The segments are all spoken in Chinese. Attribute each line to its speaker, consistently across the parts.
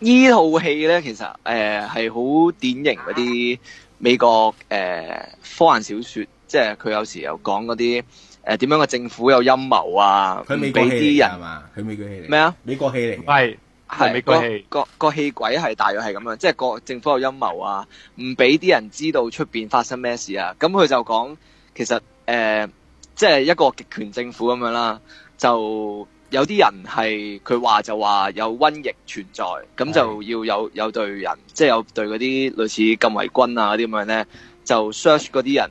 Speaker 1: 呢套戲咧，其實誒係好典型嗰啲美國誒、呃科幻小說，即係佢有時又講嗰啲誒點樣嘅政府有陰謀啊，
Speaker 2: 佢美
Speaker 1: 唔
Speaker 2: 國
Speaker 1: 俾
Speaker 2: 戲嚟
Speaker 1: 啲
Speaker 2: 㗎係
Speaker 1: 人
Speaker 2: 嘛？佢美國戲嚟
Speaker 1: 咩啊？
Speaker 2: 美國戲嚟嘅，
Speaker 3: 係係美國戲
Speaker 1: 個個個戲軌係大約係咁樣，即係個政府有陰謀啊，唔俾啲人知道出邊發生咩事啊。咁佢就講其實誒、呃即係一個極權政府咁樣啦，就有啲人係佢話就話有瘟疫存在，咁就要有有隊人，即係有隊嗰啲類似禁衛軍啊嗰啲咁樣咧，就 search 嗰啲人，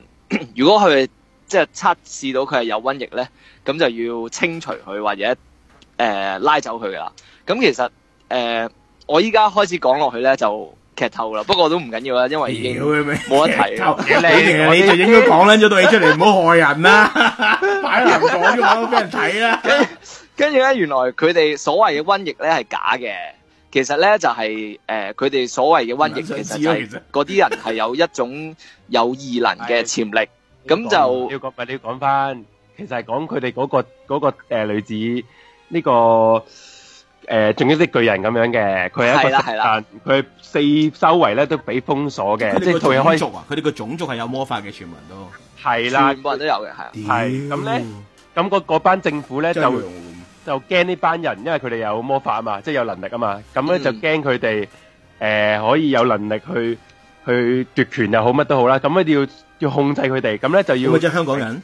Speaker 1: 如果佢即係測試到佢係有瘟疫咧，咁就要清除佢或者誒、呃拉走佢噶啦。咁其實誒、呃我依家開始講落去咧就劇透啦，不過都唔緊要啦，因為已經
Speaker 2: 屌佢咩？
Speaker 1: 冇得 睇啦。
Speaker 2: 你其實你就應該講撚咗套嘢出嚟，唔好害人啦，擺爛講咗都俾人睇啦。
Speaker 1: 跟住咧，原來佢哋所謂嘅瘟疫咧係假嘅，其實咧就係、誒佢哋所謂嘅瘟疫
Speaker 2: 唔撚想
Speaker 1: 其實
Speaker 2: 知
Speaker 1: 就
Speaker 2: 咯
Speaker 1: 係
Speaker 2: 其實
Speaker 1: 嗰啲人係有一種有異能嘅潛力，咁就
Speaker 3: 要講咪你要講翻，其實係講佢哋嗰個嗰個誒女子呢個。誒，仲有啲巨人咁樣嘅，佢
Speaker 1: 係
Speaker 3: 係一
Speaker 1: 啦
Speaker 3: 個
Speaker 1: 係啦
Speaker 3: 但佢四周圍咧都俾封鎖嘅，
Speaker 2: 佢
Speaker 3: 即
Speaker 2: 哋
Speaker 3: 係
Speaker 2: 個
Speaker 3: 套嘢
Speaker 2: 種
Speaker 3: 開
Speaker 2: 族啊，佢哋個種族係有魔法嘅傳聞都。
Speaker 3: 係啦
Speaker 1: 全，部人都有嘅，係啊
Speaker 3: 係咁咧咁嗰嗰班政府咧
Speaker 2: 屌，
Speaker 3: 就
Speaker 2: 就
Speaker 3: 就驚呢班人，因為佢哋有魔法啊嘛，即係有能力啊嘛，咁咧
Speaker 1: 嗯
Speaker 3: 就驚佢哋誒可以有能力去去奪權又好乜都好啦，咁咧要要控制佢哋，咁咧就
Speaker 2: 要
Speaker 3: 要
Speaker 2: 咪即係香港人，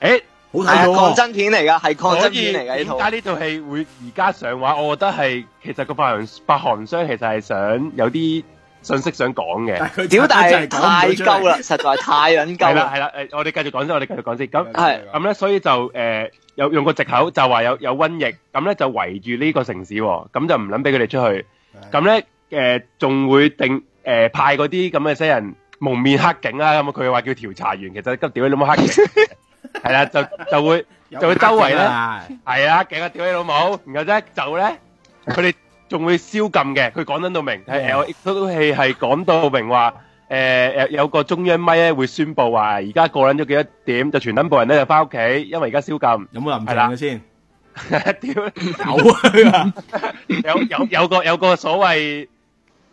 Speaker 3: 誒，
Speaker 2: 好
Speaker 1: 係啊
Speaker 2: 睇
Speaker 1: 抗
Speaker 2: 到喎。
Speaker 1: 爭片嚟㗎，係抗
Speaker 3: 所
Speaker 1: 爭
Speaker 3: 以
Speaker 1: 片嚟㗎呢
Speaker 3: 點
Speaker 1: 套。
Speaker 3: 解呢套戲會而家上畫？我覺得係其實個發行發行商其實係想有啲信息想講嘅，
Speaker 2: 但係佢
Speaker 1: 屌，但係
Speaker 2: 真講唔到
Speaker 1: 太
Speaker 2: 出嚟
Speaker 1: 鳩啦，實在太撚鳩
Speaker 3: 係啦
Speaker 1: 啦。
Speaker 3: 係啦，誒我哋繼續講先，我哋繼續講先，咁。
Speaker 1: 係
Speaker 3: 咁咧，所以就誒、呃、有用個藉口就話有有瘟疫，咁咧就圍住呢個城市喎、咁就唔撚俾佢哋出去。咁咧誒仲會定誒、呃派嗰啲咁嘅些人蒙面黑警啦，咁佢話叫調查員，其實咁屌你老母黑 警，係啦，就就會
Speaker 2: 有
Speaker 3: 就會周圍呢
Speaker 2: 啦
Speaker 3: 係啦，警啊屌你老母，然後咧就咧佢哋仲會宵禁嘅，佢講得到明，係誒我套戲係講到明話。誒、誒有個中央咪咧會宣佈話，而家過撚咗幾多點，就全撚部人咧就翻屋企，因為而家宵禁。
Speaker 2: 有冇林
Speaker 3: 係啦
Speaker 2: 鄭嘅先？
Speaker 3: 屌，
Speaker 2: 有啊佢話
Speaker 3: 有有有個有個所謂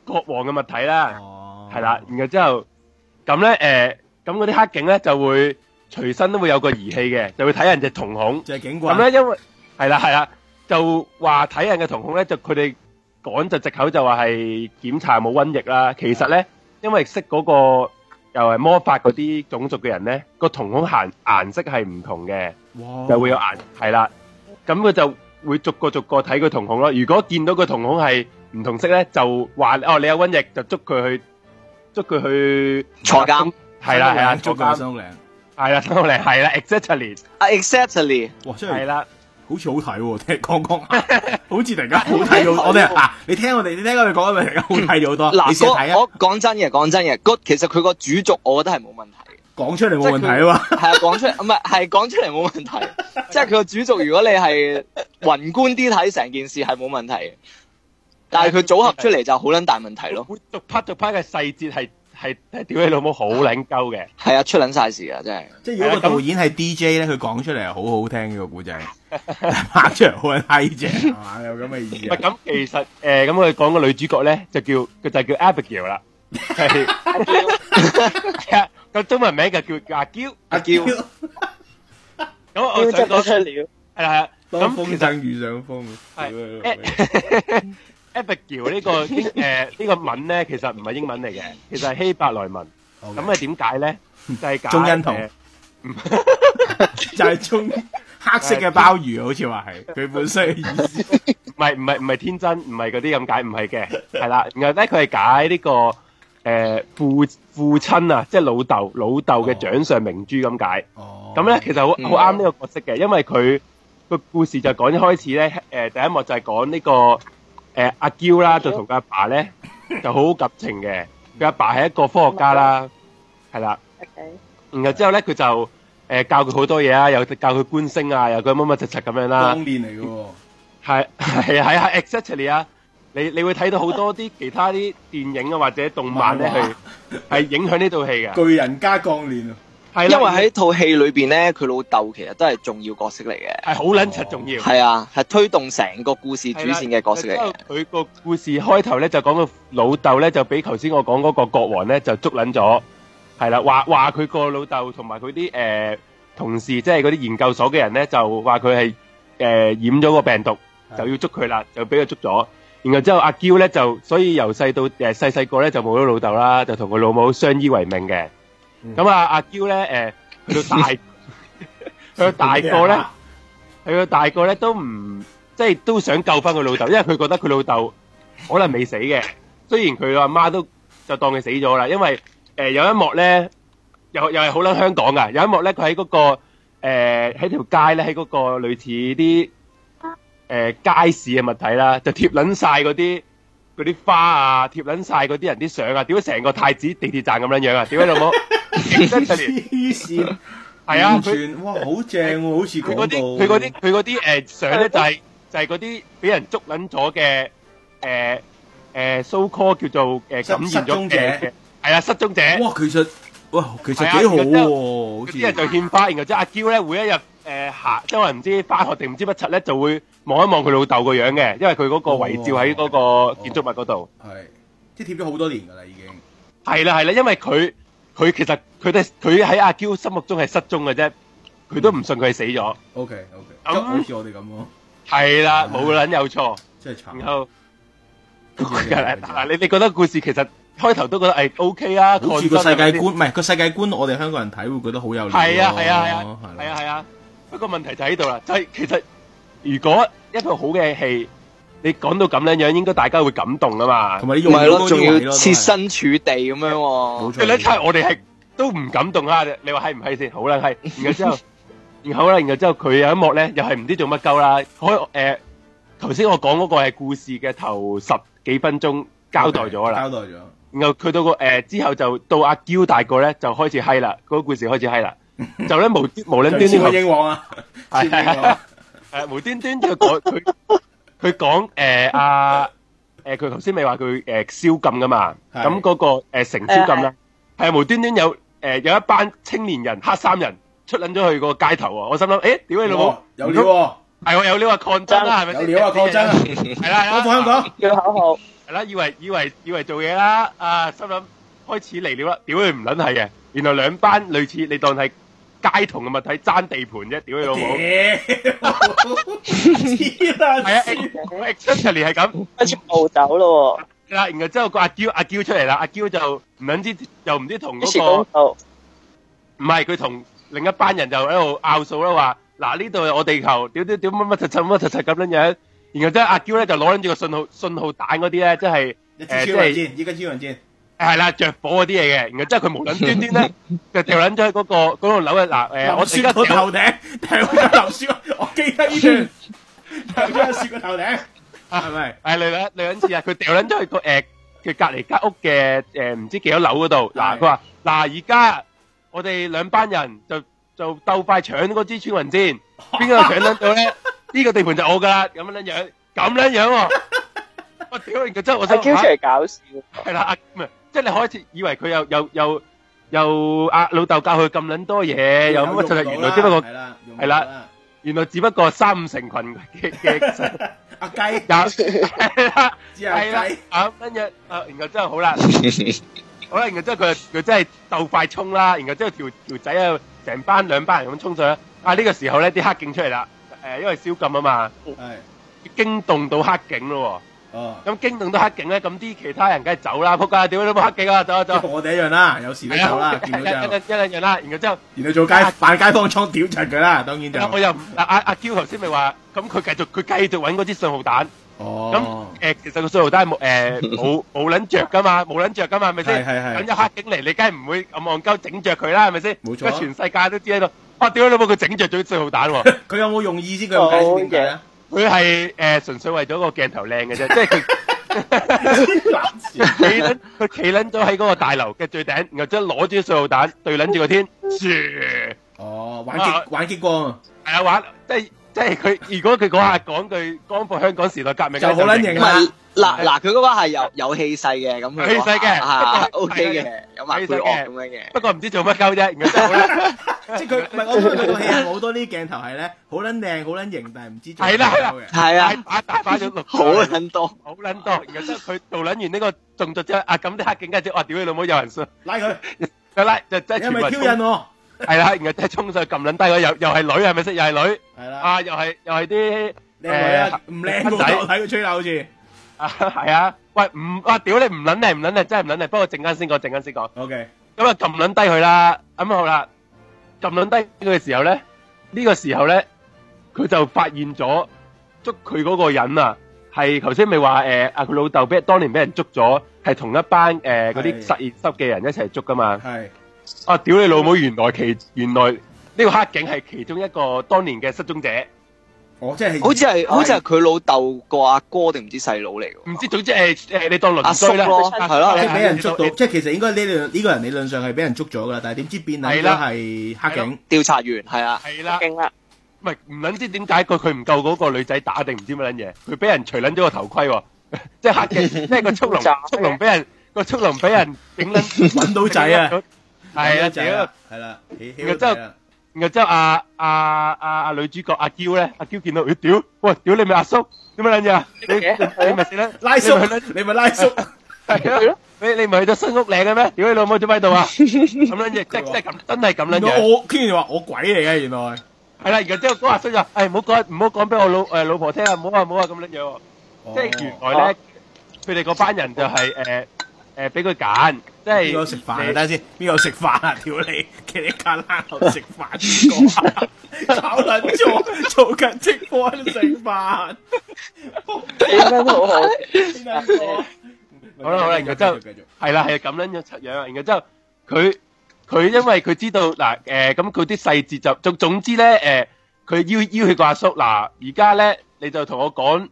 Speaker 3: 國王嘅物體啦，
Speaker 2: 哦
Speaker 3: 係啦，然後之後咁咧誒，咁嗰啲黑警咧就會隨身都會有個儀器嘅，就會睇人隻瞳孔。
Speaker 2: 就係警
Speaker 3: 咁
Speaker 2: 棍。
Speaker 3: 咧因為係啦係啦，就話睇人嘅瞳孔咧，就佢哋講就藉口就話係檢查冇瘟疫啦。其實咧，因為識嗰個又係魔法嗰啲種族嘅人咧，個瞳孔顏顏色係唔同嘅。
Speaker 2: 哇
Speaker 3: 就會有顏係啦。咁佢就會逐個逐個睇佢瞳孔咯。如果見到個瞳孔係唔同色咧，就話哦你有瘟疫，就捉佢去捉佢去
Speaker 1: 坐監。
Speaker 3: 係啦係啦，
Speaker 2: 捉
Speaker 3: 捉
Speaker 2: 佢
Speaker 3: 監
Speaker 2: 收領。
Speaker 3: 係啦，收嚟係啦，exactly
Speaker 1: 啊 Exactly，
Speaker 2: 哇，真係
Speaker 3: 係啦，
Speaker 2: 好似好睇喎， 聽講講，好似突然間好睇咗。我哋嗱，你聽我哋，你聽我哋講，咪突然間好睇咗好多。你
Speaker 1: 嗱，
Speaker 2: 試下睇
Speaker 1: 嗰
Speaker 2: 啊，
Speaker 1: 我講真嘅，講真嘅，嗰其實佢個主軸我覺得係冇問題嘅。
Speaker 2: 講出嚟冇問題啊嘛。
Speaker 1: 係啊，講出嚟唔係係講出嚟冇問題，即係佢個主軸，如果你係宏觀啲睇成件事係冇問題嘅，但係佢組合出嚟就好撚大問 題咯。
Speaker 3: 會逐 part 逐 part 嘅細節係係係屌你老母好撚鳩嘅，
Speaker 1: 係啊，出撚晒事啊，真係。
Speaker 2: 即係 如果個導演係 DJ 咧，佢講出嚟係好好聽嘅個古仔，但係拍出嚟好閪正，係嘛？有咁嘅意
Speaker 3: 唔
Speaker 2: 思
Speaker 3: 係
Speaker 2: 啊？
Speaker 3: 咁其實誒咁佢講個女主角咧就叫佢就叫 Abigail 啦，係係啊個中文名就叫阿嬌。
Speaker 1: 阿嬌
Speaker 3: 咁
Speaker 1: 哦
Speaker 3: 我想講係
Speaker 4: 了。
Speaker 3: 啦係啦，
Speaker 2: 當
Speaker 3: 咁
Speaker 2: 風
Speaker 3: 其實。
Speaker 2: 箏遇上風，啊
Speaker 3: 係 Abigail 呢個英誒呢個文咧，其實唔係英文嚟嘅，其實係希伯來文。咁啊
Speaker 2: 咁
Speaker 3: 係點解咧？就係解
Speaker 2: 中恩同
Speaker 3: 誒
Speaker 2: 就係中黑色嘅鮑魚，好似話係佢本身嘅意思。
Speaker 3: 唔係唔係唔係天真，唔係嗰啲咁解，唔係嘅，係啦。然後咧，佢係解呢個誒父父親啊，即係老豆老豆嘅掌上明珠咁解。
Speaker 2: 哦
Speaker 3: 咁咧，其實
Speaker 1: 嗯
Speaker 3: 好好啱呢個角色嘅，因為佢個故事就講一開始咧，誒第一幕就係講呢個誒阿嬌啦，就同佢阿爸咧就好好感情嘅。佢阿爸係一個科學家啦，係啦。
Speaker 4: OK，
Speaker 3: 然後之後咧，佢就誒、呃教佢好多嘢啊，又教佢觀星啊，又佢乜乜柒柒咁樣啦，
Speaker 2: 當年嚟嘅喎，
Speaker 3: 係係係係 exactly 啊！你你會睇到好多啲其他啲電影啊或者動漫咧，
Speaker 2: 漫畫
Speaker 3: 係係影響呢套戲嘅，
Speaker 2: 巨人加鋼鍊啊！
Speaker 3: 系啦，
Speaker 1: 因為喺套戲裏边咧，佢老豆其實都係重要角色嚟嘅，
Speaker 3: 系好撚柒重要。
Speaker 1: 係啊，係推動成個故事主線嘅角色嚟
Speaker 3: 之後
Speaker 1: 嘅，
Speaker 3: 佢個故事開頭咧就講到老豆咧就俾頭先我講嗰個國王咧就捉撚咗，係啦，話話佢個老豆同埋佢啲誒同事，即係嗰啲研究所嘅人咧，就話佢係誒染咗個病毒，
Speaker 2: 係
Speaker 3: 就要捉佢啦，就俾佢捉咗。然後之後阿嬌咧就，所以由細到誒呃細細個咧就冇咗老豆啦，就同佢老母相依為命嘅。
Speaker 2: 嗯
Speaker 3: 咁啊，阿嬌咧誒去到大去到大個咧。佢個大個咧都唔即係都想救翻佢老豆，因為佢覺得佢老豆可能未死嘅。雖然佢阿媽都就當佢死咗啦，因為誒、呃有一幕咧，又又係好撚香港噶，有一幕咧佢喺嗰個誒喺條街咧喺嗰個類似啲誒、呃街市嘅物體啦，就貼撚晒嗰啲。嗰啲花啊，貼撚晒嗰啲人啲相啊，屌成個太子地鐵站咁撚樣啊，屌你老母！係
Speaker 2: 黐 線，
Speaker 3: 啊，
Speaker 2: 完
Speaker 3: 佢
Speaker 2: 全哇好正喎，好似
Speaker 3: 佢
Speaker 2: 廣
Speaker 3: 嗰
Speaker 2: 告。
Speaker 3: 啲佢嗰啲佢嗰啲誒相咧就係、就係嗰啲俾人捉撚咗嘅誒誒 so call 叫做誒、呃、
Speaker 2: 失
Speaker 3: 感染
Speaker 2: 失蹤
Speaker 3: 咗
Speaker 2: 者
Speaker 3: 嘅嘅係啊失蹤者，
Speaker 2: 哇，其實哇其實
Speaker 3: 係啊
Speaker 2: 幾好
Speaker 3: 然之
Speaker 2: 喎，好
Speaker 3: 嗰
Speaker 2: 似
Speaker 3: 啲人就獻花，然後即係阿嬌咧每一日呃誒行，因為唔知翻學定唔知乜柒咧，就會望一望佢老豆個樣嘅，因為佢嗰個遺照喺嗰個建築物嗰度。
Speaker 2: 係即係貼咗好多年㗎啦，已經。
Speaker 3: 係啦係啦，因為佢佢其實佢哋佢喺阿嬌心目中係失蹤嘅啫，佢都唔信佢係死咗。
Speaker 2: OK OK，
Speaker 3: 咁
Speaker 2: 即係好似我哋咁咯，
Speaker 3: 係啦，冇撚有錯。
Speaker 2: 真係慘。
Speaker 3: 然後
Speaker 2: 跟住
Speaker 3: 嗱
Speaker 2: 就
Speaker 3: 嗱，你你覺得故事其實開頭都覺得誒 O K 啊，
Speaker 2: 好似個世界觀，唔係個世界觀，我哋香港人睇會覺得好有料咯。
Speaker 3: 係啊係啊係啊
Speaker 2: 係
Speaker 3: 係
Speaker 2: 啦
Speaker 3: 啊係啊。不過問題就喺度啦，就係其實如果一套好嘅戲，你講到咁樣樣，應該大家會感動啊嘛
Speaker 2: 同。埋你
Speaker 1: 唔
Speaker 2: 用
Speaker 1: 係
Speaker 2: 到
Speaker 1: 咯，
Speaker 2: 嗰
Speaker 1: 仲
Speaker 2: 啲位
Speaker 1: 要
Speaker 2: 咯
Speaker 1: 設，身處地咁樣
Speaker 2: 都係冇
Speaker 1: 喎，
Speaker 2: 錯
Speaker 3: 最撚差係我哋係都唔感動啦，你話係唔係先？好啦，係。然後之後，然後啦，然後之後佢有一幕咧，又係唔知做乜鳩啦。開誒頭先我講嗰個係故事嘅頭十幾分鐘交代咗啦。
Speaker 2: 交代咗。
Speaker 3: 然後佢到個誒、呃之後就到阿嬌大個咧就開始閪啦，嗰、個故事開始閪 啦，就咧無
Speaker 2: 就
Speaker 3: 無端端
Speaker 2: 似個
Speaker 3: 係
Speaker 2: 英皇啊，似個英皇啊
Speaker 3: 誒無端端就講佢佢講誒阿誒佢頭先咪話佢誒宵禁噶嘛，
Speaker 2: 係
Speaker 3: 咁嗰、個誒、呃、成宵禁啦，係無端端有誒、呃有一班青年人黑衫人出撚咗去個街頭喎，我心諗誒屌你老母
Speaker 2: 哇，哦有料喎，
Speaker 3: 係喎有料啊抗爭啦係咪
Speaker 2: 有
Speaker 3: 先？
Speaker 2: 料啊，抗爭 啊，
Speaker 3: 係啦係啦
Speaker 2: 我放香港，
Speaker 4: 叫口號，
Speaker 3: 系啦，以為以為以為做嘢啦，啊，心諗開始嚟料啦，屌佢唔撚係嘅，原來兩班類似你當係街童嘅物體爭地盤啫，屌佢老母，係
Speaker 2: 屌，黐
Speaker 3: 啊
Speaker 2: 啦，
Speaker 3: ，exactly 係咁，
Speaker 4: 跟住暴走咯
Speaker 3: 啦，然後之後個阿嬌阿嬌出嚟啦，阿嬌就唔撚知又唔知同
Speaker 4: 喎，一
Speaker 3: 嗰、
Speaker 4: 時公
Speaker 3: 個
Speaker 4: 道，
Speaker 3: 唔係佢同另一班人就喺度拗數啦，話嗱呢度係我地球，屌屌屌乜乜柒柒乜柒柒咁樣樣，然後之後阿嬌咧就攞撚住個信號信號彈嗰啲咧，即係。
Speaker 2: 一支超人箭，依家超人箭，
Speaker 3: 係啦，着火嗰啲嘢嘅，然後之後佢無撚端 端咧就掉撚咗喺嗰個嗰個樓嘅嗱誒，我
Speaker 2: 我
Speaker 3: 而
Speaker 2: 雪個
Speaker 3: 家
Speaker 2: 頭
Speaker 3: 掉
Speaker 2: 頂，掉咗流雪，我記得呢段，掉咗雪個頭頂，係咪？
Speaker 3: 係女撚女撚似啊，佢掉撚咗去個誒佢隔離間屋嘅誒唔知幾多樓嗰度嗱，
Speaker 2: 係
Speaker 3: 佢話嗱而家我哋兩班人就就鬥快搶嗰支穿雲箭，邊個搶撚 到咧？呢個地盤就我㗎啦，咁樣樣咁樣 樣喎，我屌！然後之後我
Speaker 4: 阿
Speaker 3: 想
Speaker 4: 嬌出嚟搞笑，
Speaker 3: 系啦，阿唔係即係你開始以為佢又又又又阿老豆教佢咁撚多嘢，又乜柒柒，原來只不過
Speaker 2: 係啦，
Speaker 3: 係啦，原來只不過三五成群嘅嘅
Speaker 2: 阿雞，
Speaker 3: Dạ, 有係啦
Speaker 2: 知
Speaker 3: 係
Speaker 2: 阿
Speaker 3: 啦
Speaker 2: 雞，
Speaker 3: 啊跟住啊，然後之後好啦，好啦，然後之後佢佢真係鬥快衝啦，然後之後條條仔啊成班兩班人咁衝上啦，啊呢個時候咧啲黑警出嚟啦，誒因為宵禁啊嘛，
Speaker 2: 係，
Speaker 3: 驚動到黑警咯
Speaker 2: 哦
Speaker 3: 喎，。咁驚動到黑警咧，咁啲其他人梗係走啦，仆街，屌你冇黑警啊，走啊走啊
Speaker 2: 同！我哋一樣啦，有時都有啦，
Speaker 3: 一
Speaker 2: 見
Speaker 3: 一
Speaker 2: 到就，
Speaker 3: 一兩樣啦，然後之後，
Speaker 2: 然後做街扮街坊倉屌柒佢啦，當然就，
Speaker 3: 我又唔阿阿阿嬌頭先咪話，咁佢繼續佢繼續揾嗰支信號彈，咁
Speaker 2: 哦，
Speaker 3: 誒其實個信號彈冇誒冇冇撚著 噶嘛，冇撚著噶嘛，係咪
Speaker 2: 係
Speaker 3: 先？
Speaker 2: 係係，
Speaker 3: 咁有黑警嚟，你梗係唔會暗戇鳩整著佢啦，係咪先？
Speaker 2: 冇錯
Speaker 3: 而家全世界都知喺度，哇！屌你老母，佢整著咗啲信號 彈喎，
Speaker 2: 佢有冇用意先？佢有冇解釋點解啊？
Speaker 3: 佢係誒純粹為咗個鏡頭靚嘅啫，即係佢。企撚佢企撚咗喺嗰個大樓嘅最頂，然後即係攞住啲信號彈對撚住個天，樹。
Speaker 2: 哦，玩激玩激光啊，
Speaker 3: 系啊，玩即系即係佢如果佢嗰下講句光復香港時代革命呢
Speaker 2: 就好撚型
Speaker 1: 唔
Speaker 2: 啦
Speaker 1: 係嗱嗱，佢嗰個係有有氣勢嘅，咁佢
Speaker 3: 有氣勢嘅
Speaker 1: 啊
Speaker 3: 係
Speaker 1: OK 嘅，有埋配樂咁樣嘅。
Speaker 3: 不過唔知做乜鳩啫，然後真係好啦，
Speaker 2: 即係佢唔係我覺得佢套戲係好多呢啲鏡頭係咧，好撚靚，好撚型，但係唔知做
Speaker 3: 係啦係啦
Speaker 2: 乜鳩嘅。
Speaker 1: 係啊，
Speaker 3: 大大把咗六
Speaker 1: 好撚多，
Speaker 3: 好撚多，然後之後佢做撚完呢個動作之後，啊咁啲黑警跟住，哇屌你老母有人信，
Speaker 2: 拉佢，
Speaker 3: 就拉就即
Speaker 2: 你
Speaker 3: 係
Speaker 2: 係
Speaker 3: 全
Speaker 2: 咪
Speaker 3: 部
Speaker 2: 挑釁啊我？
Speaker 3: 係啦，然後即係衝上去撳撚低佢，又又係女係咪識？又係女
Speaker 2: 係啦，
Speaker 3: 啊，又係又係啲
Speaker 2: 靚女啊
Speaker 3: 誒，
Speaker 2: 唔靚個頭睇佢吹啦，好似。
Speaker 3: 啊係啊，喂唔啊屌你唔撚靚唔撚靚，真係唔撚靚，不過陣間先講，陣間先講。
Speaker 2: O K，
Speaker 3: 咁啊撳撚低佢啦，咁啊好啦，撳撚低佢嘅時候咧，呢、個時候咧，佢就發現咗捉佢嗰個人啊，係頭先咪話誒啊佢老豆俾當年俾人捉咗，係同一班誒嗰啲
Speaker 2: 係
Speaker 3: 實驗室嘅人一齊捉噶嘛。
Speaker 2: 係
Speaker 3: 啊屌你老母！原來其原來呢個黑警係其中一個當年嘅失蹤者，
Speaker 2: 我哦即係
Speaker 1: 好似係好似係佢老豆個阿哥定唔知細佬嚟嘅喎。
Speaker 3: 唔知總之誒誒、你當
Speaker 1: 阿
Speaker 3: 鄰
Speaker 1: 叔
Speaker 3: 居啦，
Speaker 1: 咯，
Speaker 4: 啊
Speaker 1: 係咯，
Speaker 2: 即係俾人
Speaker 3: 你
Speaker 2: 捉到，
Speaker 3: 你
Speaker 2: 即係其實應該呢兩呢個人理論上係俾人捉咗噶啦，但係點知變撚咗
Speaker 3: 係啦
Speaker 2: 係黑警，
Speaker 1: 調查員係啊，
Speaker 3: 係啦。
Speaker 4: 勁啦，
Speaker 3: 唔係唔撚知點解佢佢唔夠嗰個女仔打定唔知乜撚嘢，佢俾人除撚咗個頭盔喎， 即係黑 嘅，即係個速龍
Speaker 4: 炸
Speaker 3: 速龍俾人個速龍俾人整撚
Speaker 2: 揾到仔啊！
Speaker 3: 係啊，
Speaker 2: 仔
Speaker 3: 屌！然，
Speaker 2: 係啦，起啊
Speaker 3: 然後之後後之後阿阿阿阿女主角阿嬌咧，阿嬌見到，咦屌，喂屌你咪阿叔，點乜撚嘢啊？你你你咪死啦，
Speaker 2: 拉叔
Speaker 3: 你咪去撚，
Speaker 2: 你咪 拉叔，
Speaker 3: 係啊，你你唔係去咗新屋嶺嘅咩？屌你老母做咩喺度啊？咁撚嘢， 即係即係咁，真係咁撚
Speaker 2: 原
Speaker 3: 嘢
Speaker 2: 來。我跟住話我鬼嚟嘅，原來
Speaker 3: 係啦，然後之後嗰阿叔就話，誒唔好講唔好講俾我老誒老婆聽啊，唔好啊唔好啊咁撚樣喎。即
Speaker 2: 哦
Speaker 3: 係原來
Speaker 2: 啊
Speaker 3: 咧，佢哋嗰班人就係誒誒俾佢揀，即
Speaker 2: 邊個
Speaker 3: 係
Speaker 2: 食飯啊？
Speaker 3: 哎你
Speaker 2: 睇下先，邊個食飯 啊？屌你，企你架冷度食飯邊個啊？ 搞撚咗，做緊直播喺度食飯，
Speaker 4: 你真好好，
Speaker 2: 邊兩個？
Speaker 3: 好啦好啦然後之後
Speaker 2: 繼續
Speaker 3: 係啦係咁樣樣出樣，啊然後之後佢佢因為佢知道嗱誒咁佢啲細節就總總之咧誒，佢要要佢個阿叔嗱，而家咧你就同我講，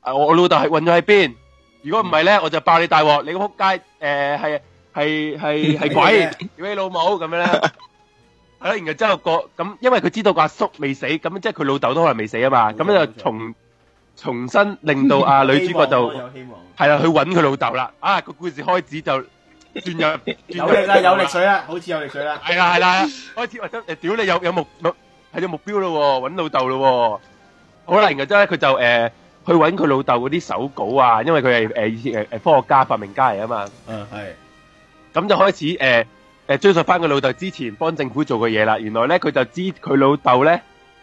Speaker 3: 啊我我老豆係運咗喺邊，如果唔係咧我就爆你大鑊，你個撲街誒係係係係鬼。 屌你老母咁樣咧，係啦，然後之後個咁，因為佢知道個阿叔未死，咁即係佢老豆都可能未死啊嘛，
Speaker 2: 冇錯
Speaker 3: 咁就重重新令到阿女主角 就
Speaker 2: 希望咯有希望。
Speaker 3: 係啦去揾佢老豆啦，啊個故事開始就轉 入
Speaker 2: 有
Speaker 3: 轉入
Speaker 2: 力 啦，有力，水啦，好似有力水啦。
Speaker 3: 係啦係啦，開始或者誒屌你有有目目係有目標咯喎，揾老豆咯喎，好啦，然後之後咧佢就誒去揾佢老豆嗰啲手稿啊，因為佢係誒以前誒誒科學家發明家嚟啊嘛。
Speaker 2: 嗯，係。
Speaker 3: 咁就開始誒誒、呃呃追溯翻佢老豆之前幫政府做嘅嘢啦。原來咧佢就知佢老豆咧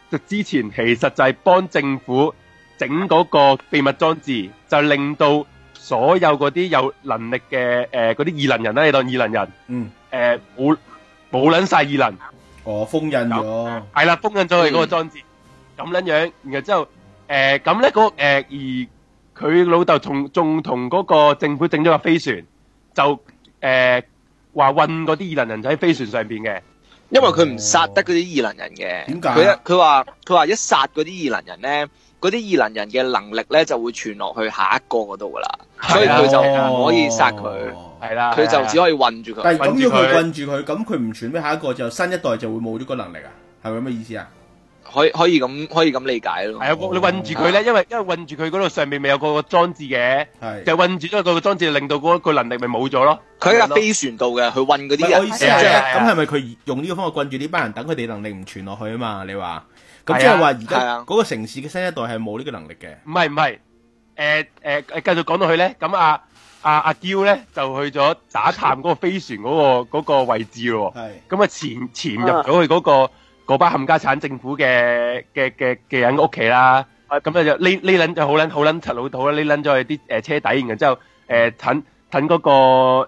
Speaker 3: 就之前其實就係幫政府整嗰個秘密裝置，就令到所有嗰啲有能力嘅誒嗰啲異能人啦，你當異能
Speaker 2: 嗯，
Speaker 3: 人誒冇冇撚晒異能。
Speaker 2: 哦，封印咗。
Speaker 3: 系啦，封印咗佢嗰個裝
Speaker 1: 嗯
Speaker 3: 置，咁撚樣，然後之後，诶、咁咧嗰诶、而佢老豆仲仲同嗰個政府整咗個飛船，就诶話運嗰啲異能人就喺飛船上邊嘅，
Speaker 1: 因為佢唔殺得嗰啲異能人嘅。
Speaker 2: 點解
Speaker 1: 佢一佢話佢話一殺嗰啲異能人咧，嗰啲異能人嘅能力咧就會傳落去下一個嗰度噶啦，所
Speaker 2: 啊
Speaker 1: 以佢就
Speaker 3: 啊
Speaker 1: 唔可以殺佢，
Speaker 2: 哦
Speaker 3: 係啊啦，
Speaker 1: 佢就只可以困住佢。
Speaker 2: 但係啊咁
Speaker 3: 困
Speaker 2: 要
Speaker 3: 住佢
Speaker 2: 佢困住佢，咁佢唔傳俾下一個，就新一代就會冇咗個能力啊？係咪咁嘅意思啊？可
Speaker 1: 可以可以咁可以咁理解咯
Speaker 3: 系。啊，你困住佢咧，因為因為困住佢嗰度上面咪有個個裝置嘅，
Speaker 2: 係。
Speaker 3: 就困住咗個個裝置，令到嗰個能力咪冇咗咯。
Speaker 1: 佢喺架飛船度嘅，佢困嗰
Speaker 2: 唔
Speaker 1: 啲
Speaker 2: 係我
Speaker 1: 人
Speaker 2: 意。思係
Speaker 3: 係
Speaker 2: 咧，
Speaker 3: 啊係啊
Speaker 2: 咁係咪佢用呢個方法困住呢班人，等佢哋能力唔傳落去啊嘛？你話
Speaker 3: 係
Speaker 2: 咁
Speaker 3: 啊
Speaker 2: 即係話而家
Speaker 1: 係啊
Speaker 2: 嗰個城市嘅新一代係冇呢個能力嘅。
Speaker 3: 唔係唔係，誒誒誒，繼續講到去咧，咁阿阿阿嬌咧就去咗打探嗰個飛船嗰、個嗰、個位置咯喎。
Speaker 2: 係
Speaker 3: 咁啊潛潛入咗去嗰、個嗰班冚家產政府嘅嘅嘅嘅人屋企啦，
Speaker 4: 係
Speaker 3: 咁咧就呢呢撚就好撚好撚柒老土啦，呢撚咗去啲誒車底，然後之後誒等等嗰個、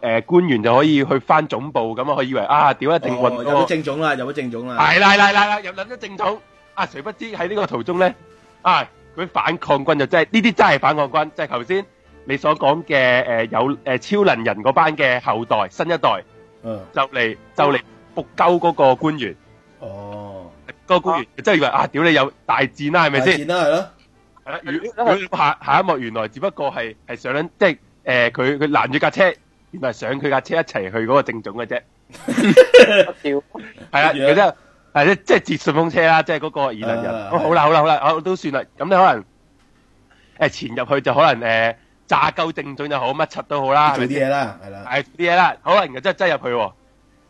Speaker 3: 呃、官員就可以去翻總部，咁啊佢以為啊屌一定
Speaker 2: 哦
Speaker 3: 運
Speaker 2: 有咗
Speaker 3: 到，
Speaker 2: 正種啦，有咗正種啦。
Speaker 3: 係啦係啦係啦，入撚咗正統，啊誰不知喺呢個途中咧，啊佢反抗軍就真係呢啲真係反抗軍，就係頭先你所講嘅誒有誒、呃超能人嗰班嘅後代新一代
Speaker 2: 嗯，
Speaker 3: 就嚟就嚟復鳩嗰個官員。
Speaker 2: 哦，
Speaker 3: 個官員真係以為啊，屌你有大戰啦，係咪先？
Speaker 2: 大戰啦，係咯。
Speaker 3: 係啦如如果下下一幕原來只不過係係上緊，即係誒佢佢攔住架車，原來上佢架車一齊去嗰個正總嘅啫。
Speaker 4: 我屌，
Speaker 3: 係啦，
Speaker 2: 跟住
Speaker 3: 然後
Speaker 2: 咧
Speaker 3: 之後係即即係截順風車啦，即係嗰個移民人。
Speaker 2: 啊
Speaker 3: 哦好啦好啦好啦，我都算啦。咁你可能誒前入去就可能誒炸鳩正準又好，乜柒都好啦，係
Speaker 2: 做
Speaker 3: 咪
Speaker 2: 啲
Speaker 3: 先
Speaker 2: 嘢啦，係啦，
Speaker 3: 係啲嘢啦，好啦，然後真係真係入去喎，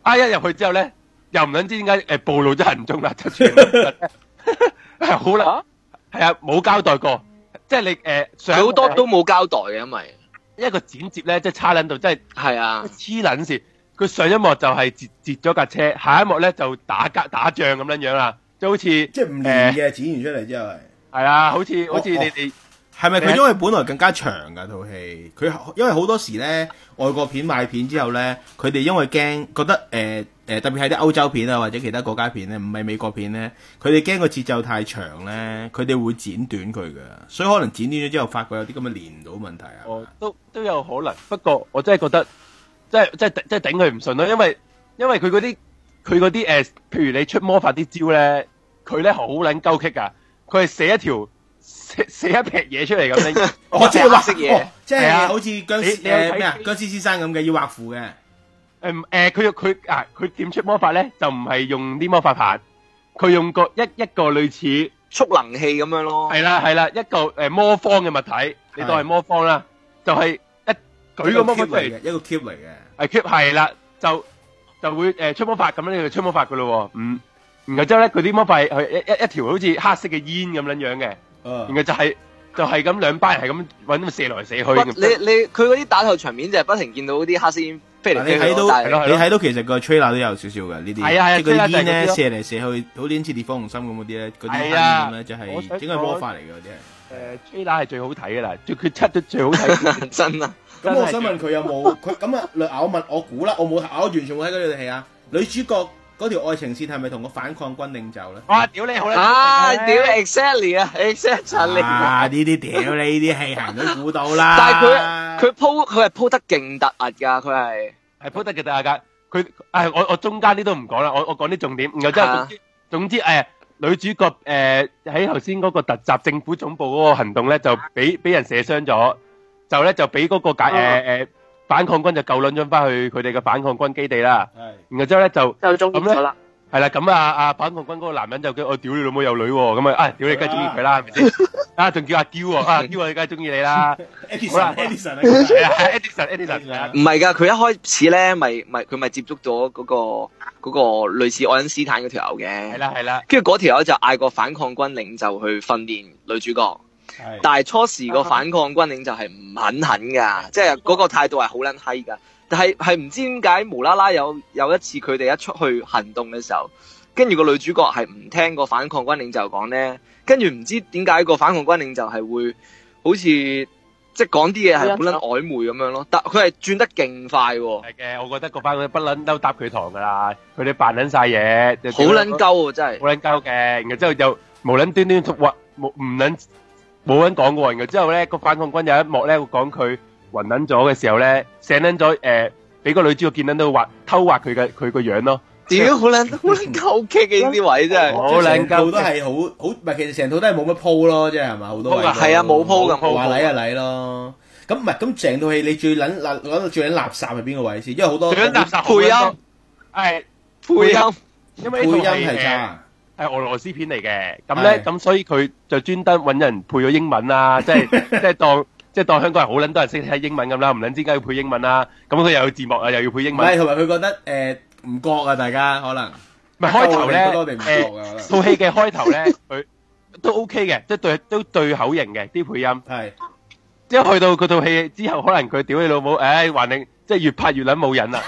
Speaker 3: 啊一入去之後咧，又唔捻知點解诶暴露咗行蹤啦，就全部 係 好啦，係啊，冇交代過，即係你诶上
Speaker 1: 佢好多都冇交代嘅，因為
Speaker 3: 一個剪接咧，即係差捻到真係
Speaker 1: 係啊，
Speaker 3: 黐捻線。佢上一幕就係截截咗架車，下一幕咧就打架打仗咁樣樣啦，即係好似
Speaker 2: 即係唔連嘅剪完出嚟之後係。
Speaker 3: 係啦，好似好似
Speaker 2: 哦
Speaker 3: 你哋
Speaker 2: 係咪
Speaker 3: 你
Speaker 2: 佢
Speaker 3: 一
Speaker 2: 因為本來更加長㗎套戲，佢因為好多時咧外國片賣片之後咧，佢哋因為驚覺得誒誒、呃特別係啲歐洲片啊或者其他國家片咧，唔係美國片咧，佢哋驚個節奏太長咧，佢哋會剪短佢㗎，所以可能剪短咗之後，發覺有啲咁嘅連唔到問題啊。
Speaker 3: 哦，都都有可能。不過我真係覺得，真係真係真係頂佢唔順咯，因為因為佢嗰啲佢嗰啲誒，譬如你出魔法啲招咧，佢咧好撚鳩棘噶，佢係寫一條寫寫一撇嘢出嚟咁 樣。
Speaker 2: 哦，即係畫
Speaker 1: 黑色嘢
Speaker 2: 哦即
Speaker 3: 係
Speaker 2: 係
Speaker 3: 啊
Speaker 2: 好似僵屍
Speaker 3: 你你有睇
Speaker 2: 誒咩啊？僵屍先生咁嘅要畫符嘅，
Speaker 3: 誒唔誒，佢佢啊，佢點出魔法咧？就唔係用啲魔法棒，佢用個一一個類似
Speaker 1: 蓄能器咁樣咯。
Speaker 3: 係啦係啦一個誒魔方嘅物體，你當係魔方啦，就係一舉個魔法
Speaker 2: 一
Speaker 3: 出
Speaker 2: cube 嚟
Speaker 3: 嚟。
Speaker 2: 嘅，一個 cube 嚟嘅，
Speaker 3: 係 keep 係啦，就就會诶、呃出魔法咁樣，你就出魔法噶咯喎，嗯。然後之後咧，佢啲魔法係係一一一條好似黑色嘅煙咁樣樣嘅，然後
Speaker 2: 啊
Speaker 3: 就係、就係咁兩班人係咁揾咁射來射去
Speaker 1: 不
Speaker 3: 咁。
Speaker 1: 你你佢嗰啲打鬥場面就係不停見到啲黑色煙飛嚟
Speaker 2: 你
Speaker 1: 飛去
Speaker 2: 睇
Speaker 1: 咯，
Speaker 2: 到
Speaker 1: 但
Speaker 3: 係啊
Speaker 1: 係
Speaker 3: 咯
Speaker 2: 你睇到其實個 trailer 都有少少嘅呢啲，即
Speaker 3: 係啊係啊
Speaker 2: 係嗰啲
Speaker 3: trailer 就係
Speaker 2: 煙
Speaker 3: 嗰啲
Speaker 2: 咧
Speaker 3: 咯
Speaker 2: 射嚟射去，好似似烈火雄心咁嗰啲咧，嗰啲
Speaker 3: 係
Speaker 2: 煙咁
Speaker 3: 啊
Speaker 2: 咧，就
Speaker 3: 我想
Speaker 2: 係應該係魔法嚟嘅嗰啲係。
Speaker 3: 誒 t r a i l e 係最好睇噶啦，最決七都最好 睇。
Speaker 1: 真啊，
Speaker 2: 咁
Speaker 3: 真
Speaker 2: 我
Speaker 3: 係
Speaker 2: 想問佢有冇佢咁啊？我問我估啦，我冇我完全冇睇嗰套戲啊。女主角嗰條愛情線係咪同個反抗軍領袖咧？
Speaker 3: 哇！屌你好啦，
Speaker 1: 啊
Speaker 3: 真係
Speaker 1: 屌 exactly 啊 exactly 啊
Speaker 2: 啊！呢啲屌你呢啲戲行都估到啦。
Speaker 1: 但係佢鋪佢係鋪得勁突兀㗎，佢係
Speaker 3: 係 p 得嘅大家。佢誒我我中間啲都唔講啦，我我講啲重點。然後之後
Speaker 1: 啊
Speaker 3: 總之總之誒、呃女主角誒喺頭先嗰個突襲政府總部嗰個行動咧，就俾俾人射傷咗，就咧就俾嗰個解誒誒反抗軍就救撚咗翻去佢哋嘅反抗軍基地啦。
Speaker 2: 係
Speaker 3: 然後之後咧就
Speaker 4: 就中意咗啦。
Speaker 3: 係啦，咁啊啊反抗軍嗰個男人就叫我屌你老母有女喎，咁啊啊屌你梗係中意佢啦，係咪先？啊仲叫阿嬌喎，啊嬌啊梗係中意你啦，好啦
Speaker 2: Edison，Edison 啊
Speaker 3: 係
Speaker 2: 佢
Speaker 3: 啊係 Edison Edison 係啊
Speaker 1: 唔係㗎？佢一開始咧，咪咪佢咪接觸咗嗰個嗰個類似愛因斯坦嗰條友
Speaker 3: 係
Speaker 1: 嘅，
Speaker 3: 啦係啦，
Speaker 1: 跟住嗰條友就嗌個反抗軍領袖去訓練女主角。
Speaker 2: 係
Speaker 1: 但係初時個反抗軍領袖係唔肯肯 㗎，即係嗰個態度係好撚閪㗎。但係係唔知點解無啦啦有有一次佢哋一出去行動嘅時候，跟住個女主角係唔聽個反抗軍領袖講呢。跟住唔知點解個反抗軍領袖係會好似即係講啲嘢係好撚曖昧咁樣咯。但佢係轉得勁快喎，
Speaker 3: 係嘅，我覺得嗰班佢不撚都搭佢堂㗎啦，佢哋扮撚晒嘢，就
Speaker 1: 好撚鳩喎真係。
Speaker 3: 好撚鳩嘅，然後之後又無撚端端話冇唔撚冇撚講過，然後之後咧個反抗軍有一幕咧講佢暈撚咗嘅時候咧醒撚咗誒，俾個女主角見撚到畫偷畫佢嘅佢個樣咯，
Speaker 1: 屌 好撚好撚鳩棘嘅呢啲位真係。
Speaker 3: 好撚
Speaker 2: 成套都
Speaker 3: 鳩，
Speaker 2: 係好好，唔係其實成套都係冇乜鋪咯，即係係咪好多位都
Speaker 1: 係啊冇鋪㗎冇鋪
Speaker 2: 話禮啊禮咯。咁唔係咁成套戲你最撚垃諗到最撚垃圾係邊個位先？因為好多
Speaker 3: 最撚垃圾
Speaker 1: 配音
Speaker 3: 係
Speaker 1: 配音
Speaker 3: 因
Speaker 2: 配
Speaker 3: 為呢
Speaker 2: 音
Speaker 3: 套
Speaker 2: 係
Speaker 3: 係誒
Speaker 2: 差，
Speaker 3: 係俄羅斯片嚟嘅，咁咧
Speaker 2: 係
Speaker 3: 咁所以佢就專登揾人配咗英文啦， 即係即係當。即係當香港人好撚多人識睇英文咁啦，唔撚知點解要配英文啦，咁佢又有字幕啊，又要配英
Speaker 2: 唔
Speaker 3: 文
Speaker 2: 係。同埋佢覺得誒唔覺啊，大家可能
Speaker 3: 唔係開頭咧，
Speaker 2: 我哋覺得我哋唔覺啊，
Speaker 3: 誒套戲嘅開頭咧，佢都 OK 嘅，即係對都對口型嘅啲 配音。
Speaker 2: 可能係
Speaker 3: 即係去到佢套戲之後，可能佢屌你老母，唉、還定即係越拍越撚冇癮啦。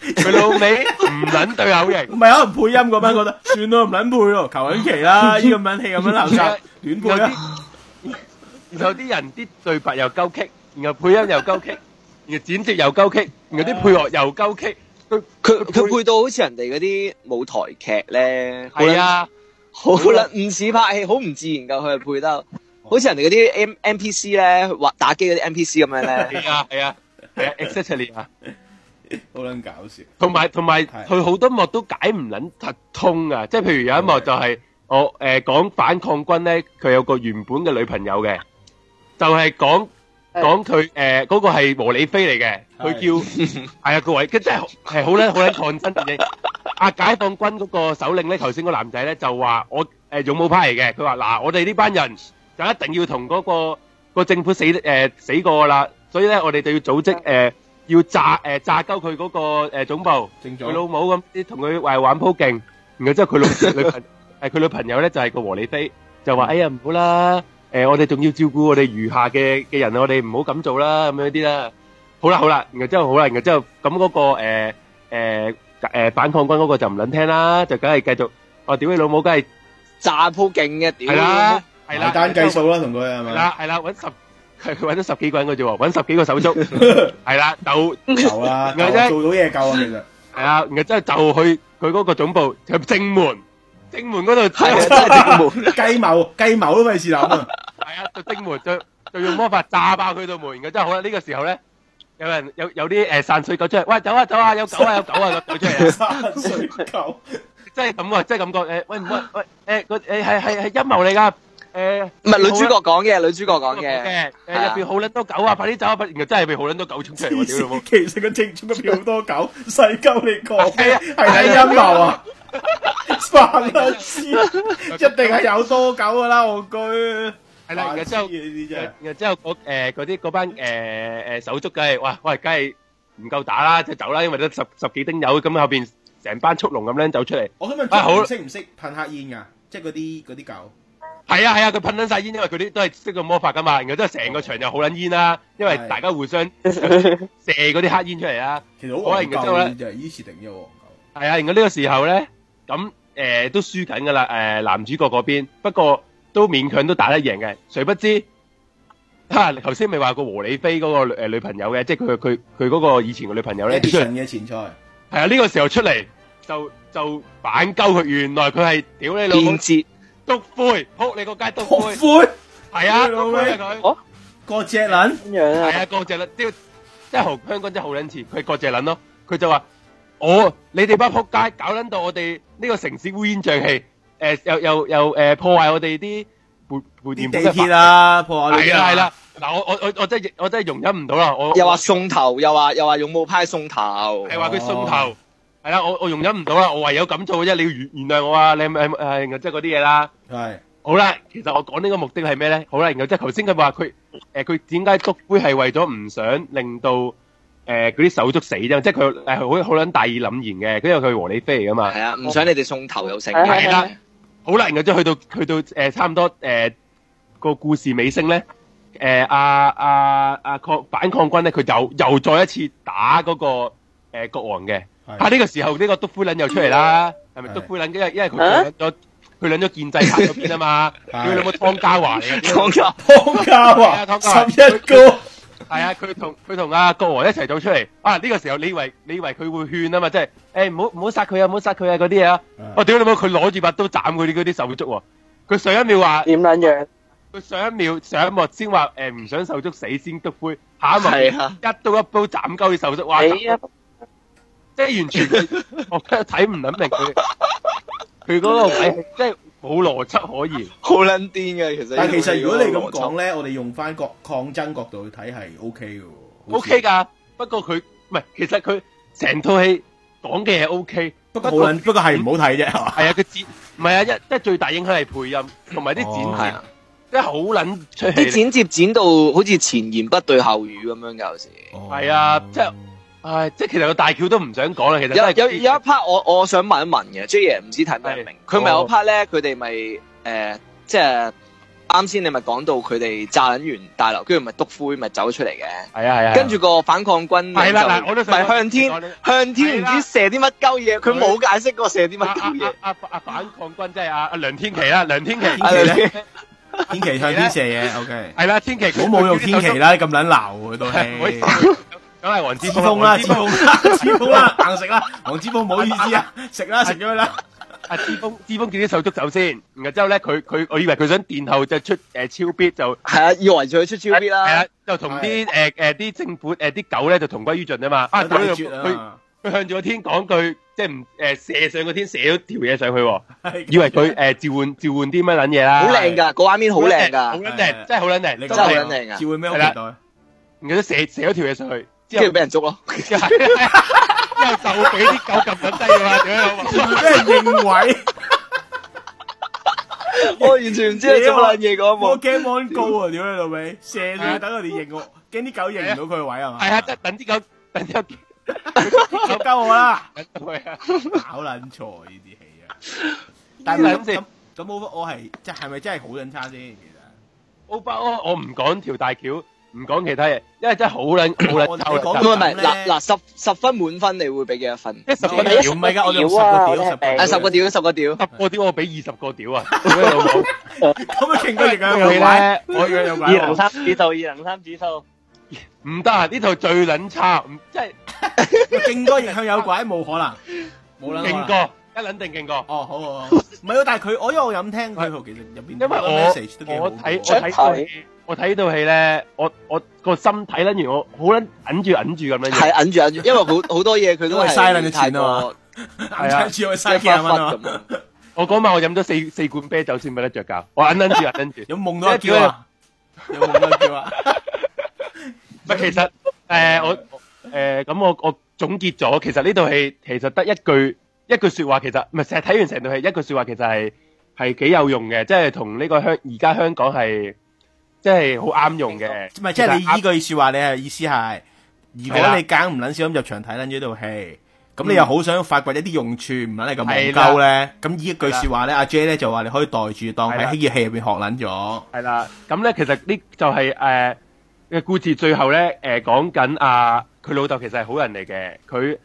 Speaker 3: 佢老尾唔撚對口
Speaker 2: 唔
Speaker 3: 型，
Speaker 2: 係可能配音嗰班 覺得算啦，唔撚配咯，求緊其啦，呢咁撚戲咁撚垃圾，亂
Speaker 3: 然
Speaker 2: 配
Speaker 3: 後
Speaker 2: 啊！
Speaker 3: 啲然後啲人啲對白又鳩棘，然後配音又鳩棘，然後剪接又鳩棘，然後啲配樂又鳩棘。佢
Speaker 1: 佢佢配到好似人哋嗰啲舞台劇咧，好撚
Speaker 3: 係啊，
Speaker 1: 好啦，唔似拍戲，好唔自然噶，佢係配
Speaker 2: 哦
Speaker 1: 得，好似人哋嗰啲 M M P C 咧，或打機嗰啲 M P C 咁 樣咧，
Speaker 3: 係啊，係啊，係啊，exactly 啊。
Speaker 2: 好撚搞笑，
Speaker 3: 同埋同埋
Speaker 2: 係
Speaker 3: 佢好多幕都解唔撚突通啊！即係譬如有一幕就係、我誒、呃、講反抗軍咧，佢有個原本嘅女朋友嘅，就係、講講佢誒嗰個係和理非嚟嘅，佢 叫係啊各位，跟真係係好撚好撚抗爭嘅。啊解放軍嗰個首領咧，頭先個男仔咧就話我誒勇武派嚟嘅，佢話嗱我哋呢班人就一定要同嗰個個政府死誒死過㗎啦，所以咧我哋就要組織誒要炸誒炸鳩佢嗰個誒總部。
Speaker 2: 正
Speaker 3: 佢
Speaker 2: 咗
Speaker 3: 老母咁啲同佢誒玩鋪勁，然後之後佢老女朋誒佢女朋友咧就係個和理非，就話：哎呀唔好啦，誒我哋仲要照顧我哋餘下嘅嘅人，我哋唔好咁做啦，咁樣啲啦。好啦好啦，然後之後好啦，然後之後咁嗰個誒誒誒反抗軍嗰個就唔撚聽啦，就梗係繼續，我屌你老母，梗係
Speaker 1: 炸鋪勁嘅，屌
Speaker 3: 係啦係啦
Speaker 2: 埋，單計數啦，同佢係
Speaker 3: 係
Speaker 2: 咪？
Speaker 3: 啦係啦，揾十 佢佢揾咗十幾個人嘅啫喎，揾十幾個手足，係啦就。
Speaker 2: 夠啦，
Speaker 3: 咪
Speaker 2: 夠
Speaker 3: 啫
Speaker 2: 啦做到嘢夠啊，其實。
Speaker 3: 系啊，然後之後就去佢嗰個總部，就去正門，正門嗰度
Speaker 1: 係啊，
Speaker 3: 係
Speaker 1: 真係正門。
Speaker 2: 雞謀雞謀都費事諗 啊！
Speaker 3: 啊，就正門就就用魔法炸爆佢道門，然後之後好啦，呢個時候咧，有人有有啲诶散水狗出嚟，喂走啊走啊，有狗啊有狗啊個狗出嚟啊，
Speaker 2: 山水狗，
Speaker 3: 即係咁啊，即係咁講诶，誒喂唔喂喂诶個诶係係係陰謀嚟㗎，诶
Speaker 1: 唔係女主角講嘅，女主角講嘅，
Speaker 3: 嘅，诶
Speaker 1: 係啊
Speaker 3: 入边好撚多狗啊，快啲走啊，快然後真係被好撚多狗衝出嚟 喎，屌你老母！
Speaker 2: 其實個正宗嘅票好多狗，細鳩你講
Speaker 3: 係
Speaker 2: 嘅
Speaker 3: 啊
Speaker 2: 係你陰謀啊！煩啦 黐，一定係有多狗噶啦，戇居。
Speaker 3: 係啦，然後之後
Speaker 2: 煩。黐呢啲真係
Speaker 3: 然然之後嗰誒嗰啲嗰班誒誒手足梗係哇喂，梗係唔夠打啦，就走啦，因為得十十幾丁友咁後邊成班速龍咁樣走出嚟。
Speaker 2: 我想問
Speaker 3: 啊好
Speaker 2: 識唔識噴黑煙噶？即係嗰啲嗰啲狗。
Speaker 3: 係啊係啊，佢噴撚晒煙，因為佢啲都係識個魔法噶嘛。然後之後成個場就好撚煙啦，因為
Speaker 2: 係
Speaker 3: 大家互相射嗰啲黑煙出嚟啦。
Speaker 2: 其實
Speaker 3: 好
Speaker 2: 好戇
Speaker 3: 啊然之後
Speaker 2: 鳩
Speaker 3: 咧
Speaker 2: 呢啲真係，依次定咗戇鳩。
Speaker 3: 係啊，然後呢個時候咧，咁誒都輸緊噶啦，誒男主角嗰邊，不過都勉強都打得贏嘅。誰不知 嚇頭先咪話個和理非嗰個誒女朋友嘅，即係佢佢佢嗰個以前嘅女朋友咧出嚟
Speaker 2: Edison 嘅前菜，
Speaker 3: 系啊，呢、個時候出嚟就就反鳩佢，原來佢係屌你老母
Speaker 1: 變節
Speaker 3: 督灰，扑你個街督
Speaker 2: 學
Speaker 3: 灰，
Speaker 2: 灰
Speaker 3: 係
Speaker 2: 屌
Speaker 3: 啊，
Speaker 2: 你老
Speaker 3: 督
Speaker 2: 味
Speaker 3: 灰啊佢，
Speaker 2: 個隻撚，
Speaker 3: 係啊，郭謝撚，屌，真係好香港真係好撚似，佢係郭謝撚咯，佢就話我你哋班扑街搞撚到我哋呢個城市烏煙瘴氣，诶、又又又诶、誒破壞我哋啲盤盤
Speaker 2: 啲
Speaker 3: 田
Speaker 2: 地
Speaker 3: 盤
Speaker 2: 鐵，啊，破壞
Speaker 3: 係
Speaker 2: 你
Speaker 3: 啦係啦，嗱我我我我真係我真係容忍唔到啦，我
Speaker 1: 又話送頭，又話又話勇武派送頭，
Speaker 3: 系话哎佢送頭，係啦，我我容忍唔到啦，我唯有咁做嘅啫，你要原原谅我啊，你咪诶即係嗰啲嘢啦。
Speaker 2: 係
Speaker 3: 好啦，其實我講呢個目的係咩咧？好啦，然後即係頭先佢話佢誒佢點解篤灰係為咗唔想令到誒嗰啲手足死啫，即係佢誒好好撚大義諗然嘅，因為佢係和理非嚟噶嘛。
Speaker 1: 係啊，唔想你哋送頭又成。
Speaker 4: 係
Speaker 2: 啊
Speaker 3: 係啦好啦，然後即係去到去到誒、差唔多誒、個故事尾聲咧，誒阿阿阿抗反抗軍咧，佢又又再一次打嗰、個誒、國王嘅。啊！
Speaker 2: 係
Speaker 3: 呢個時候呢個督灰撚又出嚟啦，係咪
Speaker 2: 係
Speaker 3: 督灰撚？因為因為佢
Speaker 4: 啊
Speaker 3: 佢撚咗佢撚咗建制派嗰邊啊嘛，
Speaker 2: 係
Speaker 3: 佢有冇湯家華嚟嘅？
Speaker 1: 講咗
Speaker 2: 湯家
Speaker 3: 係啊湯
Speaker 2: 華
Speaker 3: 家華
Speaker 2: 十一哥。
Speaker 3: 係啊，佢同佢同阿國王一齊走出嚟啊！呢、個時候你以為你以為佢會勸啊嘛，即係誒唔好唔好殺佢啊，唔好殺佢啊嗰啲嘢啊！我屌你冇，佢攞住把刀斬佢啲嗰啲手足喎！佢上一秒話，佢上一秒上一幕先話誒唔想手足死先篤灰，下一幕
Speaker 1: 係啊，
Speaker 3: 一刀一刀斬鳩佢手足，
Speaker 4: 哎
Speaker 3: 哇！
Speaker 4: ờ,
Speaker 3: 即係完全我真係睇唔諗明佢佢嗰個位，即係冇邏輯可言。
Speaker 1: 好撚癲嘅其實。
Speaker 2: 但其實如果你咁講咧，我哋用翻個抗爭角度去睇係 O K 嘅喎。
Speaker 3: O K 噶，不過佢唔係，其實佢成套戲講嘅嘢 O K，
Speaker 2: 不過好撚，不過係唔好睇啫，係嘛？
Speaker 3: 係啊，佢剪唔係啊，一即係最大影響係配音同埋啲
Speaker 2: 哦
Speaker 1: 係
Speaker 3: 剪
Speaker 1: 啊，
Speaker 3: 接，即係好撚出
Speaker 1: 啲
Speaker 3: 戲。
Speaker 1: 剪接剪到好似前言不對後語咁樣㗎有時。
Speaker 2: Ờ.
Speaker 3: 係啊即係唉，即係其實個大橋都唔想講啦，其實
Speaker 1: 有
Speaker 3: 真係
Speaker 1: 有有一 part 我我想問一問嘅，J 爺唔知睇唔睇得明？
Speaker 3: 係
Speaker 1: 佢咪有
Speaker 3: 哦
Speaker 1: part 咧，佢哋咪誒即係啱先你咪講到佢哋炸撚完大樓，跟住咪篤灰咪走出嚟嘅，
Speaker 3: 係啊係啊，
Speaker 1: 跟住個反抗軍
Speaker 3: 係啦嗱，
Speaker 1: 就
Speaker 3: 我都想
Speaker 1: 咪向天
Speaker 3: 講呢
Speaker 1: 向天唔知射啲乜鳩嘢，佢冇解釋過射啲
Speaker 3: 阿
Speaker 1: 乜鳩嘢
Speaker 3: 阿。阿阿阿反抗軍即係阿阿梁天琦啦，梁天琦
Speaker 1: 啊
Speaker 2: 天
Speaker 1: 你
Speaker 2: 琦
Speaker 1: 哋
Speaker 2: 天琪向天射嘢，O K。
Speaker 3: 係啦，天琦
Speaker 2: 唔好侮辱天琦啦，咁撚鬧佢都係。
Speaker 3: 梗係黃之
Speaker 2: 子
Speaker 3: 峰
Speaker 2: 峰啦，
Speaker 3: 黃
Speaker 2: 子
Speaker 3: 之峰
Speaker 2: 峰啦，子峰啦，硬食啦，黃子峰唔好意思啊，食啦，食咗佢啦。
Speaker 3: 阿之峰，之峰見啲手足走先，然後之後咧，佢佢我以為佢想電後就出誒、呃超 bit 就
Speaker 1: 係啊，以為佢出 G B
Speaker 3: 係
Speaker 1: 啦
Speaker 3: 啊，，就同啲誒誒啲政府誒啲、狗咧就同歸於盡啊嘛。啊，
Speaker 2: 大
Speaker 3: 佢
Speaker 2: 絕
Speaker 3: 佢
Speaker 2: 啊！
Speaker 3: 佢向住個天講句，即係唔誒射上個天射咗條嘢上去喎，
Speaker 2: 係
Speaker 3: 以為佢誒、呃召喚召喚啲乜撚嘢啦。
Speaker 1: 好靚㗎，個畫面好靚
Speaker 3: 啊好
Speaker 1: 㗎，
Speaker 3: 撚靚，真係好撚靚，
Speaker 2: 你
Speaker 3: 真
Speaker 1: 真係
Speaker 3: 係
Speaker 1: 好撚靚啊
Speaker 2: 召喚咩好期待？
Speaker 3: 然後都射射咗條嘢上去，之
Speaker 1: 跟
Speaker 3: 後
Speaker 1: 住俾人捉咯。
Speaker 3: 之後之後就俾啲狗撳緊低㗎嘛，屌你 老母！
Speaker 2: 俾人認位，
Speaker 1: 我完全唔知你做乜撚嘢嗰一
Speaker 2: 我
Speaker 1: 幕。
Speaker 2: 驚 mon 高啊！屌你老味，射你等我哋認我，驚啲狗認唔到佢位係嘛？
Speaker 3: 係啊，即係等啲狗等啲狗
Speaker 2: 捉鳩我啦！
Speaker 3: 等到佢啊！
Speaker 2: 搞撚錯呢啲戲啊！但係咁咁咁，我我係即係咪真係好撚差先？其實
Speaker 3: 奧巴安，我唔講條大橋，唔講其他嘢，因為真係好撚好
Speaker 2: 我
Speaker 3: 撚
Speaker 2: 哋
Speaker 3: 臭
Speaker 1: 唔
Speaker 2: 講
Speaker 3: 啦
Speaker 1: 啊係唔係，
Speaker 2: 咁
Speaker 1: 嗱
Speaker 2: 咧
Speaker 1: 嗱十十分滿分，你會俾幾多分？
Speaker 3: 即係十個
Speaker 4: 係啊
Speaker 3: 屌，
Speaker 2: 唔係㗎，我哋用
Speaker 4: 屌啊
Speaker 2: 十個屌十
Speaker 4: 我真係
Speaker 2: 個
Speaker 1: 啊，
Speaker 4: 俾
Speaker 1: 十個屌，十個屌。
Speaker 3: 十個屌我俾二十個屌啊！屌你老母！
Speaker 2: 咁啊，勁過認佢
Speaker 3: 因為咧，
Speaker 2: 位，我認佢
Speaker 4: 二零
Speaker 2: 位。
Speaker 4: 三指數，二零三指數，
Speaker 3: 唔得啊！呢套最撚差，唔即係
Speaker 2: 勁過形向有鬼冇可能，冇撚可啊能
Speaker 3: 勁。過，一撚定勁過。
Speaker 2: 哦，好好好，唔係喎，但係佢我因為我有咁聽佢，其實入邊
Speaker 3: 因為我我 睇我睇套戲，我睇呢套戲咧，我我個心睇撚完，我好撚忍住忍住咁樣
Speaker 1: 係啊
Speaker 3: 樣。
Speaker 1: 揞住揞住，因為好好多嘢佢
Speaker 2: 因
Speaker 1: 都
Speaker 2: 為
Speaker 1: 係
Speaker 2: 嘥撚
Speaker 1: 太
Speaker 2: 咗錢啊
Speaker 1: 過
Speaker 2: 係啊，主要
Speaker 1: 一
Speaker 2: 嘥幾
Speaker 1: 忽
Speaker 2: 廿
Speaker 1: 忽
Speaker 2: 蚊啊嘛，
Speaker 1: 咁。
Speaker 3: 我嗰晚我飲咗四四罐啤酒先瞓得着覺，我忍撚住忍撚住。
Speaker 2: 有夢到一叫啊，有夢到一叫啊，
Speaker 3: 唔係，其實誒、我誒咁、我我總結咗，其實呢套戲其實得一句一句説話，其實唔係成日睇完成套戲一句説話，其實係係幾有用嘅，即係同呢個香而家香港係即係好啱用嘅。
Speaker 2: 唔係即係你依句説話，你係意思係，如果你揀唔撚少咁入場睇撚咗呢套戲。咁你又好想發掘一啲用處，唔撚你咁戇鳩咧？咁呢一句説話咧，阿 J 咧就話你可以袋住當喺呢戲入邊學撚咗。
Speaker 3: 係啦，咁咧其實呢就係誒嘅故事最後咧誒講緊啊，佢老豆其實係好人嚟嘅，佢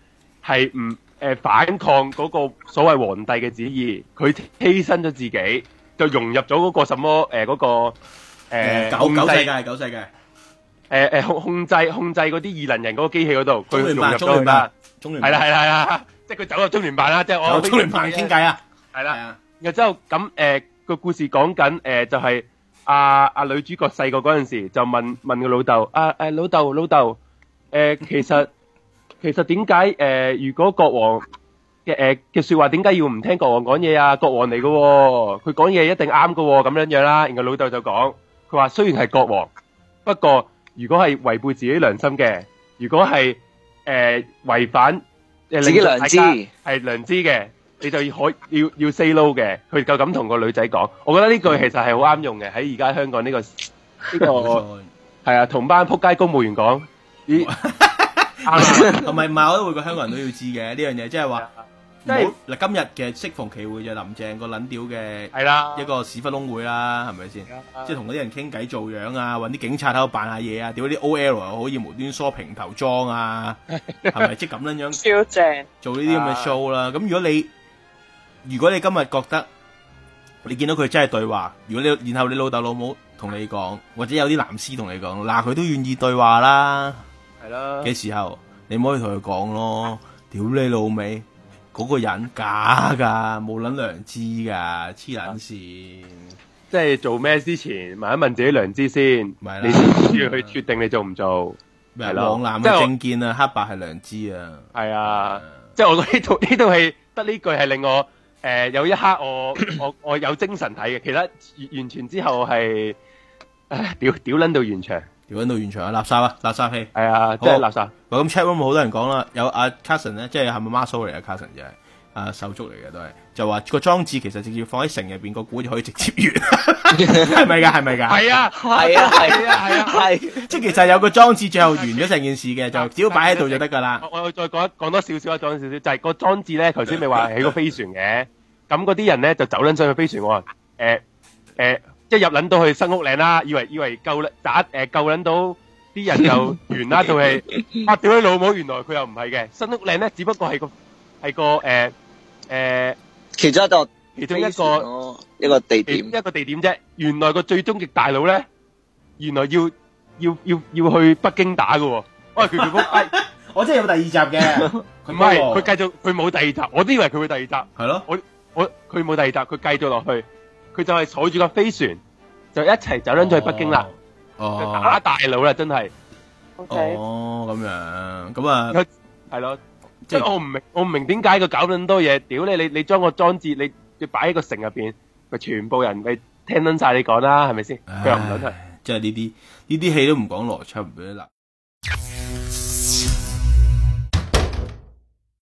Speaker 3: 係唔誒反抗嗰個所謂皇帝嘅旨意，佢犧牲咗自己，就融入咗嗰個什麼誒嗰、個誒、呃、
Speaker 2: 九
Speaker 3: 控制
Speaker 2: 九世界，
Speaker 3: 誒
Speaker 2: 九世界，
Speaker 3: 誒控控制控制嗰啲異能人嗰個機器嗰度，佢
Speaker 2: 中聯
Speaker 3: 融入
Speaker 2: 辦，中聯
Speaker 3: 咗去
Speaker 2: 辦，，
Speaker 3: 啦
Speaker 2: 中聯
Speaker 3: 係啦係啦係啦，即係佢走入中聯辦啦，即係我
Speaker 2: 有中聯辦傾偈啊，
Speaker 3: 係
Speaker 2: 係
Speaker 3: 啦。
Speaker 2: 啊，
Speaker 3: 然後之後咁誒個故事講緊誒就係阿阿女主角細個嗰陣時就問問個老豆啊誒老豆老豆誒其實其實點解誒如果國王嘅誒嘅説話點解要唔聽國王講嘢啊？國王嚟嘅喎，佢講嘢一定啱嘅喎，咁樣樣啦。然後老豆就講佢話雖然係國王，不過如果係違背自己良心嘅，如果係誒違反誒
Speaker 1: 自己良知
Speaker 3: 係良知嘅，你就要可要要 say no 嘅。佢就咁同個女仔講，我覺得呢句其實係好啱用嘅，喺而家香港呢、個呢、
Speaker 2: 冇
Speaker 3: 個
Speaker 2: 錯
Speaker 3: 係啊，同班撲街公務員講，咦
Speaker 2: 唔
Speaker 3: 啱啊
Speaker 2: 係唔係，我覺得每個香港人都要知嘅呢樣嘢，即係話
Speaker 3: 即係
Speaker 2: 唔好嗱，今日嘅適逢其會就林鄭個撚屌嘅
Speaker 3: 係啦，
Speaker 2: 一個屎忽窿會啦，係咪先？即係同嗰啲人傾偈做樣啊，揾啲警察喺度扮下嘢啊，屌啲 O L 又可以無端梳平頭裝啊，係咪？即係咁樣樣
Speaker 4: 超正，
Speaker 2: 做呢啲咁嘅 show 啦。咁如果你如果你今日覺得你見到佢真係對話，如果你然後你老豆老母同你講，或者有啲男師同你講，嗱佢都願意對話啦。
Speaker 3: 係啦，
Speaker 2: 嘅時候，你唔可以同佢講咯，屌你老味，嗰、個人假噶，冇撚良知噶，黐撚線，
Speaker 3: 即係做咩之前問一問自己良知先，
Speaker 2: 咪啦
Speaker 3: 你先要去決定你做唔做。
Speaker 2: 咩
Speaker 3: 係
Speaker 2: 啊
Speaker 3: 咯
Speaker 2: 黃藍
Speaker 3: 即係
Speaker 2: 嘅
Speaker 3: 我
Speaker 2: 政見啊，黑白係良知啊，嗯
Speaker 3: 係啊，即係我覺得呢套呢套戲得呢句係令我誒、呃有一刻我我我有精神睇嘅，其他完完全之後係唉屌屌撚到完場，
Speaker 2: 屌撚到現場啊，垃圾啊，垃圾戲。
Speaker 3: 係啊，
Speaker 2: 好
Speaker 3: 真係垃圾。
Speaker 2: 喂，咁 chat room 好多人講啦，有阿 Carson 咧，即係係咪 Marso 嚟啊？Carson 就係啊手足嚟嘅都係，就話個裝置其實直接放喺城入邊，個股就可以直接完， 係咪㗎？係咪㗎？
Speaker 3: 係啊，
Speaker 1: 係啊係
Speaker 3: 係啊，係啊。
Speaker 1: 係
Speaker 2: 即係其實有個裝置最後完咗成件事嘅，就只要擺喺度就得㗎啦。
Speaker 3: 我我再講一講多少少啊，講少少就係、個裝置咧，頭先 咪話起個飛船嘅，咁嗰啲人咧就走撚上去飛船喎，誒、誒一入撚到去新屋嶺啦，以為以為夠啦，打誒、夠撚到啲 人就完啦套戲，啊屌你老母，原來佢又唔係嘅，新屋嶺咧只不過係個係個誒誒、
Speaker 1: 其中一個
Speaker 3: 其中一
Speaker 1: 非常
Speaker 3: 個。
Speaker 1: 咯一個地
Speaker 3: 其
Speaker 1: 點
Speaker 3: 中。一個地點啫。原來個最終極大佬咧，原來要要要要去北京打嘅喎、喂，佢佢撲街，
Speaker 2: 我真係有第二集嘅，
Speaker 3: 唔
Speaker 2: 唔
Speaker 3: 係佢繼續，佢冇第二集，我都以為佢會第二集。
Speaker 2: 係咯，
Speaker 3: 我佢冇第二集，佢繼續落去，佢就係坐住架飛船，就一齊走撚咗去北京啦，就打
Speaker 2: 哦。
Speaker 3: 大佬啦，真係
Speaker 4: ，O
Speaker 2: 哦，
Speaker 4: K，
Speaker 2: 哦，咁樣，咁啊，
Speaker 3: 係咯。
Speaker 2: 即
Speaker 3: 即
Speaker 2: 係
Speaker 3: 係我唔明，我唔明點解佢搞咁多嘢。屌你，你你將個裝置你你擺喺個城入邊，咪全部人咪聽撚晒你講啦，係咪先？佢又唔撚係。
Speaker 2: 唉即係呢啲呢啲戲都唔講邏輯唔俾你立。